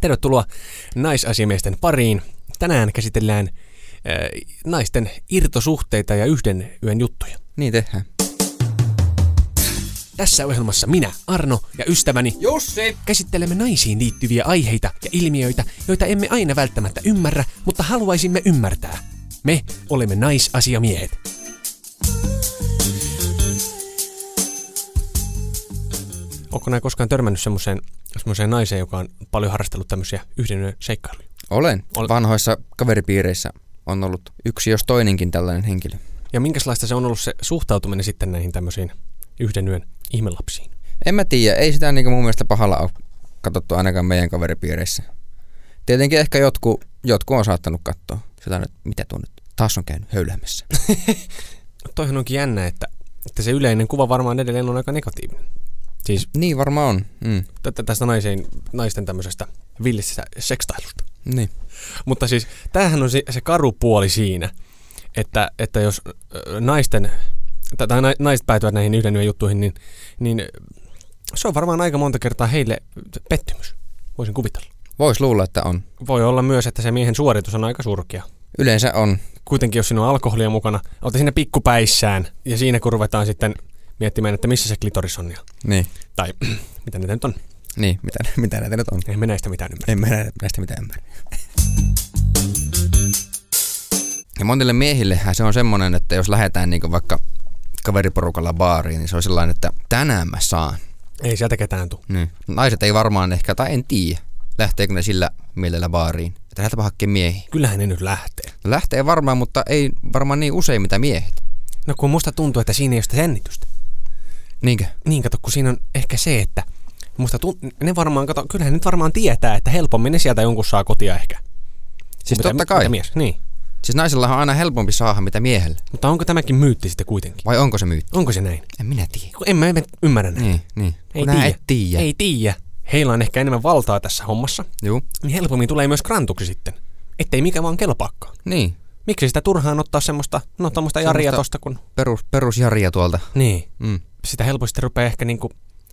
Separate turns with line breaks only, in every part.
Tervetuloa naisasiamiesten pariin. Tänään käsitellään äh, naisten irtosuhteita ja yhden yön juttuja.
Niin tehdään.
Tässä ohjelmassa minä, Arno ja ystäväni
Jussi!
käsittelemme naisiin liittyviä aiheita ja ilmiöitä, joita emme aina välttämättä ymmärrä, mutta haluaisimme ymmärtää. Me olemme naisasiamiehet. Onko näin koskaan törmännyt semmoiseen, semmoiseen naiseen, joka on paljon harrastellut tämmöisiä yhden yön seikkailuja?
Olen.
Ol-
Ol- Vanhoissa kaveripiireissä on ollut yksi jos toinenkin tällainen henkilö.
Ja minkälaista se on ollut se suhtautuminen sitten näihin tämmöisiin yhden yön ihmelapsiin?
En mä tiedä, ei sitä niinku mun mielestä pahalla ole katsottu ainakaan meidän kaveripiireissä. Tietenkin ehkä jotkut, jotkut on saattanut katsoa. Sitä nyt, mitä tuo nyt taas on käynyt höylämässä.
No, Toihan onkin jännä, että, että se yleinen kuva varmaan edelleen on aika negatiivinen. Siis
niin varmaan on. Mm.
tä- tästä naisen, naisten tämmöisestä villisestä sekstailusta.
Niin.
Mutta siis tämähän on se, se karu puoli siinä, että, että jos ö, naisten, tai- tai nai- naiset päätyvät näihin yhden yön juttuihin, niin, niin ö, se on varmaan aika monta kertaa heille pettymys, voisin kuvitella.
Vois luulla, että on.
Voi olla myös, että se miehen suoritus on aika surkea.
Yleensä on.
kuitenkin jos sinulla on alkoholia mukana, olette siinä pikkupäissään ja siinä kun ruvetaan sitten miettimään, että missä se klitoris on ja,
Niin.
tai mitä niitä nyt on.
Niin, mitä, mitä näitä nyt on?
En me näistä mitään ymmärrä.
En mä näe näistä mitään ymmärrä. Ja monille miehillehän se on semmoinen, että jos lähdetään niin vaikka kaveriporukalla baariin, niin se on sellainen, että tänään mä saan.
Ei sieltä ketään tuu.
Niin. Naiset ei varmaan ehkä, tai en tiedä, lähteekö ne sillä mielellä baariin. Että lähdetään hakemaan miehiä.
Kyllähän ne nyt lähtee.
No lähtee varmaan, mutta ei varmaan niin usein mitä miehet.
No kun musta tuntuu, että siinä ei ole sitä jännitystä.
Niinkö?
Niin kato, kun siinä on ehkä se, että musta tunt- ne varmaan, kato, kyllähän nyt varmaan tietää, että helpommin ne sieltä jonkun saa kotia ehkä.
Siis
Mitä-
totta kai.
Mitä mies, niin.
Siis naisella on aina helpompi saada mitä miehellä.
Mutta onko tämäkin myytti sitten kuitenkin?
Vai onko se myytti?
Onko se näin?
En minä tiedä.
Kun en mä en mä ymmärrä näin.
Niin, niin.
Ei
Kun nää
tiedä.
et tiedä.
Ei tiedä. Heillä on ehkä enemmän valtaa tässä hommassa.
Juu.
niin helpommin tulee myös grantuksi sitten. Ettei mikä vaan kelpaakaan.
Niin.
Miksi sitä turhaan ottaa semmoista, no tommoista jaria
Semmoista-
tosta kun...
Perus, perusjaria tuolta.
Niin.
Mm.
Sitä helposti rupeaa ehkä niinku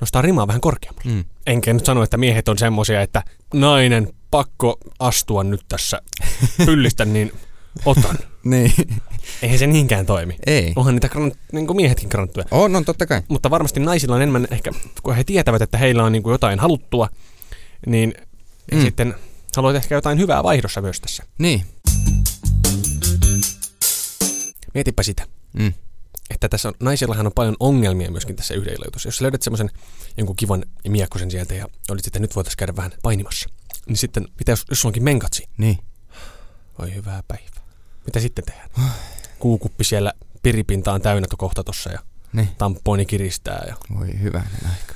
nostaa rimaa vähän korkeammalle.
Mm.
Enkä nyt sano, että miehet on semmosia, että nainen, pakko astua nyt tässä pyllistä, niin otan.
Niin.
Eihän se niinkään toimi.
Ei.
Onhan niitä grant, niinku miehetkin granttuja.
On, on totta kai.
Mutta varmasti naisilla on enemmän ehkä, kun he tietävät, että heillä on niinku jotain haluttua, niin mm.
Mm.
sitten haluat ehkä jotain hyvää vaihdossa myös tässä.
Niin.
Mietipä sitä.
Mm.
että tässä on, naisillahan on paljon ongelmia myöskin tässä yhden illan jutussa. Jos sä löydät semmoisen jonkun kivan miekkosen sieltä ja olit sitten, nyt voitaisiin käydä vähän painimassa. Niin sitten, mitä jos, jos sulla onkin menkatsi?
Niin.
Voi hyvää päivää. Mitä sitten tehdään? Kuukuppi siellä piripintaan täynnä to kohta tossa ja
Niin.
tamponi kiristää ja
Voi hyvä niin aika.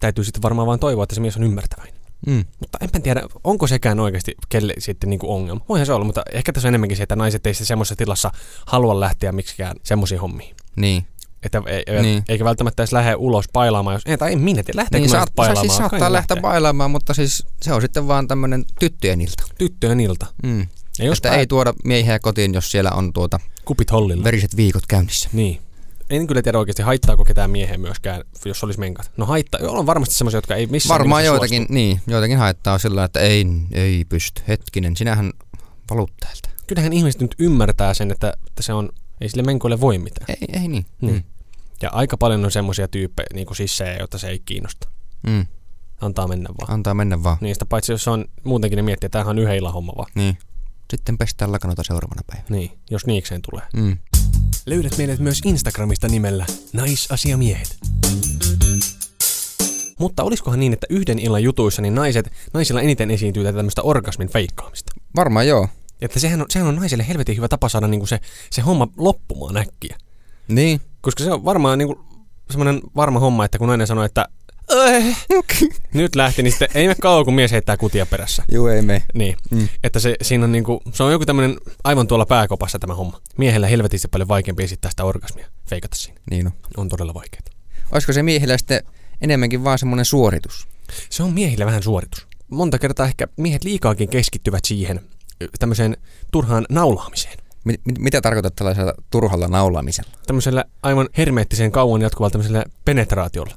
täytyy sitten varmaan vaan toivoa, että se mies on ymmärtäväinen.
Mm.
Mutta enpä tiedä, onko sekään oikeasti kelle sitten niinku ongelma. Voihan se olla, mutta ehkä tässä on enemmänkin se, että naiset ei sitten semmoisessa tilassa halua lähteä miksikään semmoisiin hommiin.
Niin.
Että ei, ei, niin.
Niin.
eikä välttämättä edes lähde ulos pailaamaan, jos, ei, tai en minä tiedä, lähteekö
niin
niin,
saat,
pailaamaan.
sa- siis
Kai
saattaa
ne
lähteä bailaamaan, mutta siis se on sitten vaan tämmöinen tyttöjen ilta.
Tyttöjen ilta.
Mm.
Ja jos
Että
pää-
ei tuoda miehiä kotiin, jos siellä on tuota
kupit hollilla. Ver-
veriset viikot käynnissä.
niin. En kyllä tiedä oikeasti, haittaako ketään miehen myöskään, jos olisi menkat. No haittaa, on varmasti semmoisia, jotka ei missään
Varmaan
nimessä
joitakin, niin, joitakin haittaa sillä, että ei, ei pysty. Hetkinen, sinähän valut täältä.
Suostu. Kyllähän ihmiset nyt ymmärtää sen, että, että se on, ei sille menkoille voi mitään.
Ei, ei niin.
Niin. Ja aika paljon on semmoisia tyyppejä, niin kuin sissejä, joita se ei kiinnosta.
Mm. Mm.
Antaa mennä vaan.
Antaa mennä vaan.
Niistä paitsi, jos on muutenkin, ne miettii, että tämähän on yhden illan homma vaan.
Niin. Sitten pestään lakanota seuraavana päivänä.
Niin, jos niikseen tulee.
Mm.
Löydät meidät myös Instagramista nimellä Naisasiamiehet. Mutta olisikohan niin, että yhden illan jutuissa niin naiset, naisilla eniten esiintyy tätä tämmöistä orgasmin feikkaamista.
Varmaan joo.
Että sehän on, sehän on naiselle helvetin hyvä tapa saada niinku se, se homma loppumaan äkkiä.
Niin.
Koska se on varmaan niinku semmoinen varma homma, että kun nainen sanoo, että "Äh, nyt lähti, niin sitten ei me kauan, kun mies heittää kutia perässä.
Juu, ei me.
Niin, mm.
Mm.
että se, siinä on niinku, se on joku tämmöinen aivan tuolla pääkopassa tämä homma. Miehellä helvetisti paljon vaikeampi esittää sitä orgasmia, feikata siinä.
Niin on.
On todella vaikeaa.
Olisiko se miehillä sitten enemmänkin vaan semmoinen suoritus?
Se on miehillä vähän suoritus. Monta kertaa ehkä miehet liikaakin keskittyvät siihen ö, tämmöiseen turhaan naulaamiseen.
Mit, mit, mitä tarkoitat tällaisella turhalla naulaamisella?
Tämmöisellä aivan hermeettisen kauan jatkuvalla tämmöisellä penetraatiolla.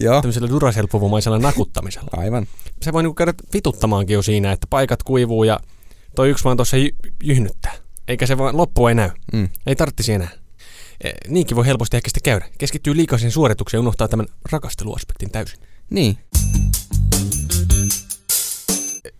Joo,
tämmöisellä duraselpuvumaisella nakuttamisella.
aivan.
Se voi niinku käydä vituttamaankin jo siinä, että paikat kuivuu ja toi yksi vaan tuossa jy- jyhnyttää. Eikä se vaan loppu ei näy.
Mm.
Ei tarvitsisi enää. E, niinkin voi helposti ehkä sitten käydä. Keskittyy liikaa siihen suoritukseen ja unohtaa tämän rakasteluaspektin täysin.
Niin,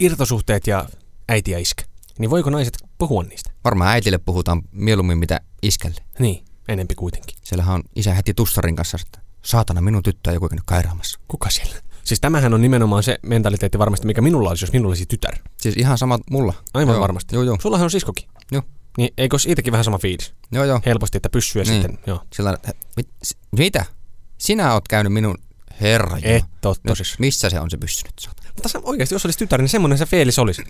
Irtosuhteet ja äiti ja iskä. Niin voiko naiset puhua niistä?
varmaan äitille puhutaan mieluummin mitä iskälle.
Niin, enempi kuitenkin.
Siellähän on isä heti tussarin kanssa, että saatana minun tyttö on joku käynyt kairaamassa.
Kuka siellä? Siis tämähän on nimenomaan se mentaliteetti varmasti, mikä minulla olisi, jos minulla olisi tytär.
Siis ihan sama mulla.
Aivan
joo.
varmasti.
Joo, joo.
Sullahan on siskokin.
Joo.
Niin eikö olisi itsekin vähän sama fiilis?
Joo, joo.
Helposti, että pyssyä
Niin.
sitten. Joo.
Sillä, mit, s- mitä? Sinä oot käynyt minun herra. Jumala.
Et ole
No,
tosissaan.
missä se on se pystynyt? saatana?
Mutta se, oikeasti, jos olisi tytär, niin semmoinen se fiilis olisi,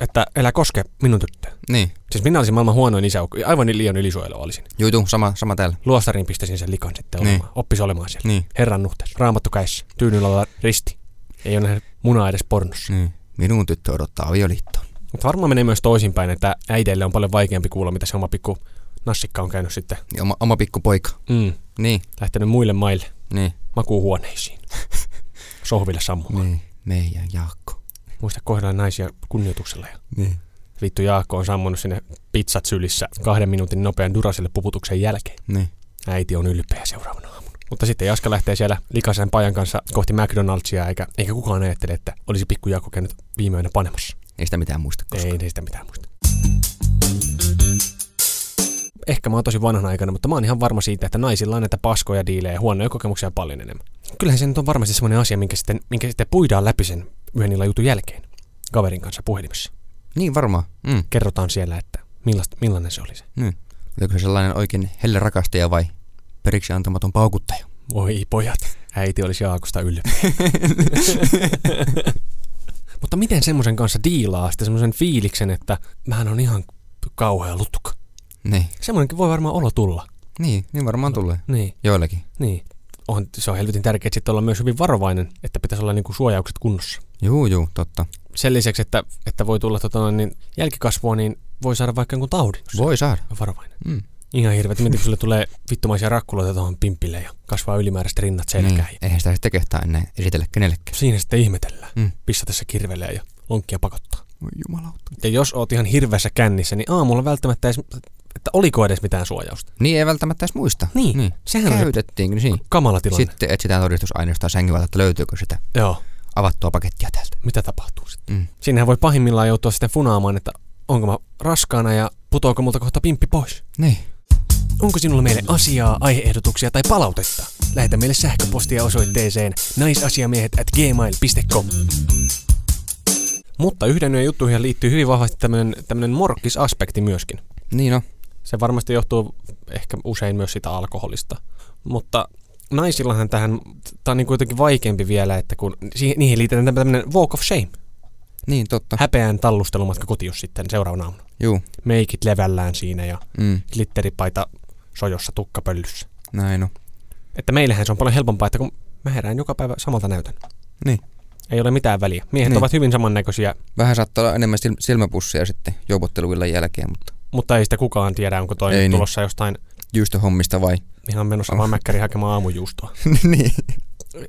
että elä koske minun tyttöä.
Niin.
Siis minä olisin maailman huonoin isä, aivan niin liian ylisuojelu olisin.
Juu, juu, sama, sama täällä.
Luostariin pistäisin sen likan sitten
Niin.
olemaan. Oppisi olemaan siellä.
Niin.
Herran nuhteessa. Raamattu käissä. Tyynyllä olla risti. Ei ole nähnyt munaa edes pornossa.
niin. Minun tyttö odottaa avioliittoa.
Mutta varmaan menee myös toisinpäin, että äideille on paljon vaikeampi kuulla, mitä se oma pikku nassikka on käynyt sitten.
Niin oma, oma pikku poika.
Mm,
Niin,
lähtenyt muille maille
niin.
makuuhuoneisiin. Sohville sammumaan.
niin. Meidän Jaakko.
Muista kohdella naisia kunnioituksella. Ja
Niin.
vittu Jaakko on sammunut sinne pizzat sylissä kahden minuutin nopean duraselle puputuksen jälkeen.
Niin.
Äiti on ylpeä seuraavana aamuna. Mutta sitten Jaska lähtee siellä likaisen pajan kanssa kohti McDonaldsia, eikä, eikä kukaan ajattele, että olisi pikku Jaakko käynyt viime yönä panemassa.
Ei sitä mitään muista
Koska.
koskaan.
Ei niistä mitään muista. Ehkä mä oon tosi vanhan aikana, mutta mä oon ihan varma siitä, että naisilla on näitä paskoja diilejä ja huonoja kokemuksia paljon enemmän. Kyllähän se nyt on varmasti semmoinen asia, minkä sitten, minkä sitten puidaan läpi sen yhden illan jutun jälkeen kaverin kanssa puhelimessa.
Niin varmaan. Mm.
Kerrotaan siellä, että millaista, millainen se oli se.
Niin. Oliko se sellainen oikein helle rakastaja vai periksi antamaton paukuttaja?
Voi pojat, äiti olisi Jaakosta ylpeä. Mutta miten semmoisen kanssa diilaa sitten semmoisen fiiliksen, että mähän on ihan kauhea lutukka.
Niin.
Semmoinenkin voi varmaan olo tulla.
Niin, niin varmaan tulee.
Niin,
Joillakin.
niin. On, se on helvetin tärkeää sitten olla myös hyvin varovainen, että pitäisi olla niinku suojaukset kunnossa.
Juu, juu, totta.
Sen lisäksi, että, että voi tulla tota, noin, niin jälkikasvua, niin voi saada vaikka jonkun taudin. jos
Voi saada.
on Varovainen.
Mm.
Ihan hirveet. Mietin, kun sulle tulee vittumaisia rakkuloita tuohon pimpille ja kasvaa ylimääräiset rinnat selkään.
Niin. Eihän sitä sitten kehtaa enää esitellä kenellekään.
Siinä sitten ihmetellään.
Mm.
Mm. Pissa tässä kirvelee ja lonkkia pakottaa.
Voi jumalauta.
Ja jos oot ihan hirveässä kännissä, niin aamulla välttämättä edes, että oliko edes mitään suojausta.
Niin ei välttämättä edes muista.
Niin,
niin.
sehän on se
Käytettiinkin, niin.
kamala tilanne. Sit.
Sitten etsitään todistusaineistoa sängyltä, että löytyykö sitä
Joo,
avattua pakettia täältä.
mitä tapahtuu sitten?
Mm.
Siinähän voi pahimmillaan joutua sitten funaamaan, että onko mä raskaana ja putoako multa kohta pimppi pois.
Niin.
Onko sinulla meille asiaa, aiheehdotuksia tai palautetta? Lähetä meille sähköpostia osoitteeseen naisasiamiehet at gmail.com. Mutta yhden yön juttuihin liittyy hyvin vahvasti tämmönen, tämmönen morkkisaspekti myöskin.
Niin no.
Se varmasti johtuu ehkä usein myös sitä alkoholista. Mutta naisillahan tähän, tämä on niin kuitenkin vaikeampi vielä, että kun siihen, niihin liitetään tämmöinen walk of shame.
Niin totta.
Häpeän tallustelumatka kotius sitten seuraavana aamuna.
Juu.
Meikit levällään siinä ja
Mm.
glitteripaita sojossa tukkapöllyssä.
Näin on.
Että meillähän se on paljon helpompaa, että kun mä herään joka päivä samalta näytön.
Niin.
Ei ole mitään väliä. Miehet
Niin.
niin. ovat hyvin samannäköisiä,
Vähän saattaa olla enemmän sil- silmäpussia sitten joupotteluillan jälkeen, mutta
mutta ei sitä kukaan tiedä, onko toi
Ei
nyt
niin.
tulossa jostain
juustohommista vai?
ihan menossa vaan mäkkäri hakemaan aamujuustoa.
niin.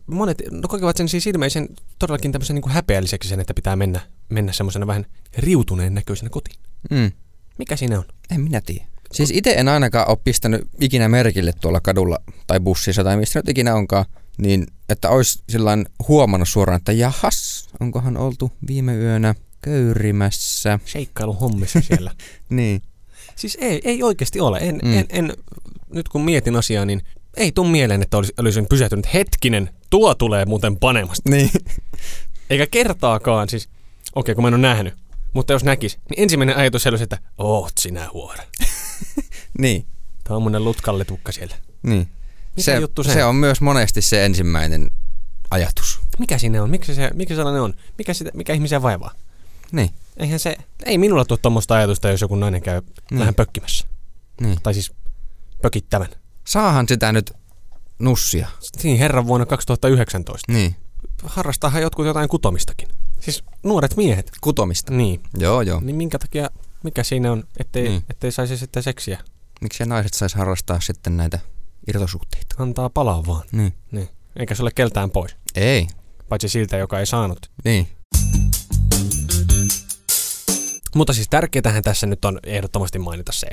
monet no, kokevat sen siis ilmeisen todellakin tämmöisen niin kuin häpeälliseksi sen, että pitää mennä, mennä semmoisena vähän riutuneen näköisenä kotiin.
Mm.
Mikä siinä on?
En minä tiedä. Siis itse en ainakaan ole pistänyt ikinä merkille tuolla kadulla tai bussissa tai missä nyt ikinä onkaan, niin että olisi sillain huomannut suoraan, että jahas, onkohan oltu viime yönä köyrimässä.
Seikkailu hommissa siellä.
Niin.
siis ei, ei oikeasti ole. En,
Mm.
mm. en, en, nyt kun mietin asiaa, niin ei tuu mieleen, että olisi, olisin pysähtynyt hetkinen. Tuo tulee muuten panemasta.
Niin.
Eikä kertaakaan siis. Okei, okay, kun mä en ole nähnyt. Mutta jos näkis, niin ensimmäinen ajatus olisi, että oot sinä huora.
niin.
Tuommoinen lutkalle tukka siellä.
Niin.
Mikä
se,
juttu se
se on myös monesti se ensimmäinen ajatus.
Mikä siinä on? Miksi se, miksi sellainen on? Mikä, sitä, mikä ihmisiä vaivaa?
Niin,
Eihän se, ei minulla tule tuommoista ajatusta, jos joku nainen käy
Niin.
niin. vähän pökkimässä.
niin.
Tai siis pökittävän.
Saahan sitä nyt nussia.
Siinä herran vuonna 2019.
Niin.
Harrastaahan jotkut jotain kutomistakin. Siis nuoret miehet.
Kutomista.
Niin.
Joo, joo.
Niin minkä takia, mikä siinä on, ettei,
Niin.
niin. ettei saisi sitten seksiä.
Miksi naiset saisi harrastaa sitten näitä irtosuhteita?
Antaa palaa vaan.
Niin.
Niin. Eikä se ole keltään pois.
Ei.
Paitsi siltä, joka ei saanut.
Niin.
Mutta siis tärkeintähän tässä nyt on ehdottomasti mainita se.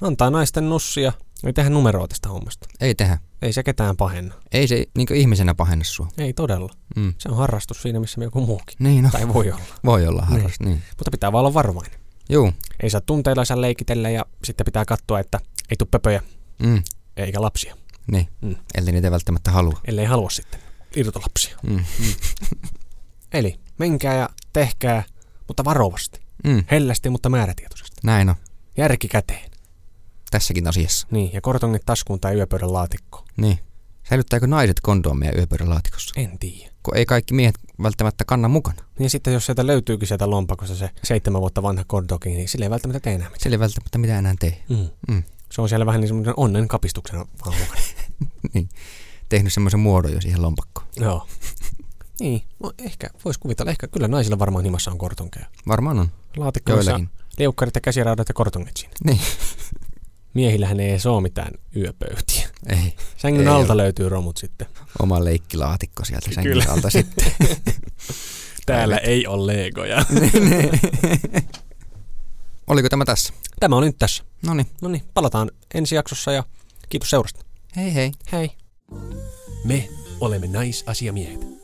Antaa naisten nussia. Ei tehdä numeroa tästä hommasta.
Ei tehdä.
Ei se ketään pahenna.
Ei se niin ihmisenä pahenna sua.
Ei todella.
Mm.
Se on harrastus siinä, missä joku muukin.
Niin no.
Tai voi olla.
Voi olla harras. Niin. niin.
Mutta pitää vaan olla varovainen.
Juu.
Ei saa tunteilla saa leikitellä ja sitten pitää katsoa, että ei tule pöpöjä
Mm.
eikä lapsia,
Niin.
Mm.
Mm. Eli niitä ei välttämättä halua.
ellei halua sitten irtolapsia.
Mm.
Eli menkää ja tehkää, mutta varovasti.
Mm.
Hellästi, mutta määrätietoisesti.
Näin on.
Järki käteen.
Tässäkin asiassa.
Niin, ja kortongit taskuun tai yöpöydän laatikkoon.
Niin. Säilyttääkö naiset kondomia yöpöydän laatikossa?
En tiedä.
Kun ei kaikki miehet välttämättä kanna mukana.
Niin sitten jos sieltä löytyykin sieltä lompakosta se seitsemän vuotta vanha kordoki, niin sille ei välttämättä tee enää mitään.
Sillä ei välttämättä mitään enää tee.
Mm.
Mm.
Se on siellä vähän niin semmoinen onnen kapistuksen vaan mukana.
niin. Tehnyt semmoisen muodon jo siihen lompakkoon.
Joo. Niin, no ehkä voisi kuvitella, ehkä kyllä naisilla varmaan himassa on kortonkeja.
Varmaan on.
Laatikkoissa
Joillakin.
liukkarit ja käsiraudat ja kortongit siinä.
Niin.
Miehillähän ei edes ole mitään yöpöytiä.
Ei.
Sängyn
Ei
alta löytyy romut sitten.
Oma leikkilaatikko sieltä
Kyllä.
sängyn alta sitten.
Täällä ei ole legoja.
Oliko tämä tässä?
Tämä oli nyt tässä.
No niin.
No niin, palataan ensi jaksossa ja kiitos seurasta.
Hei hei.
Hei. Me olemme naisasiamiehet.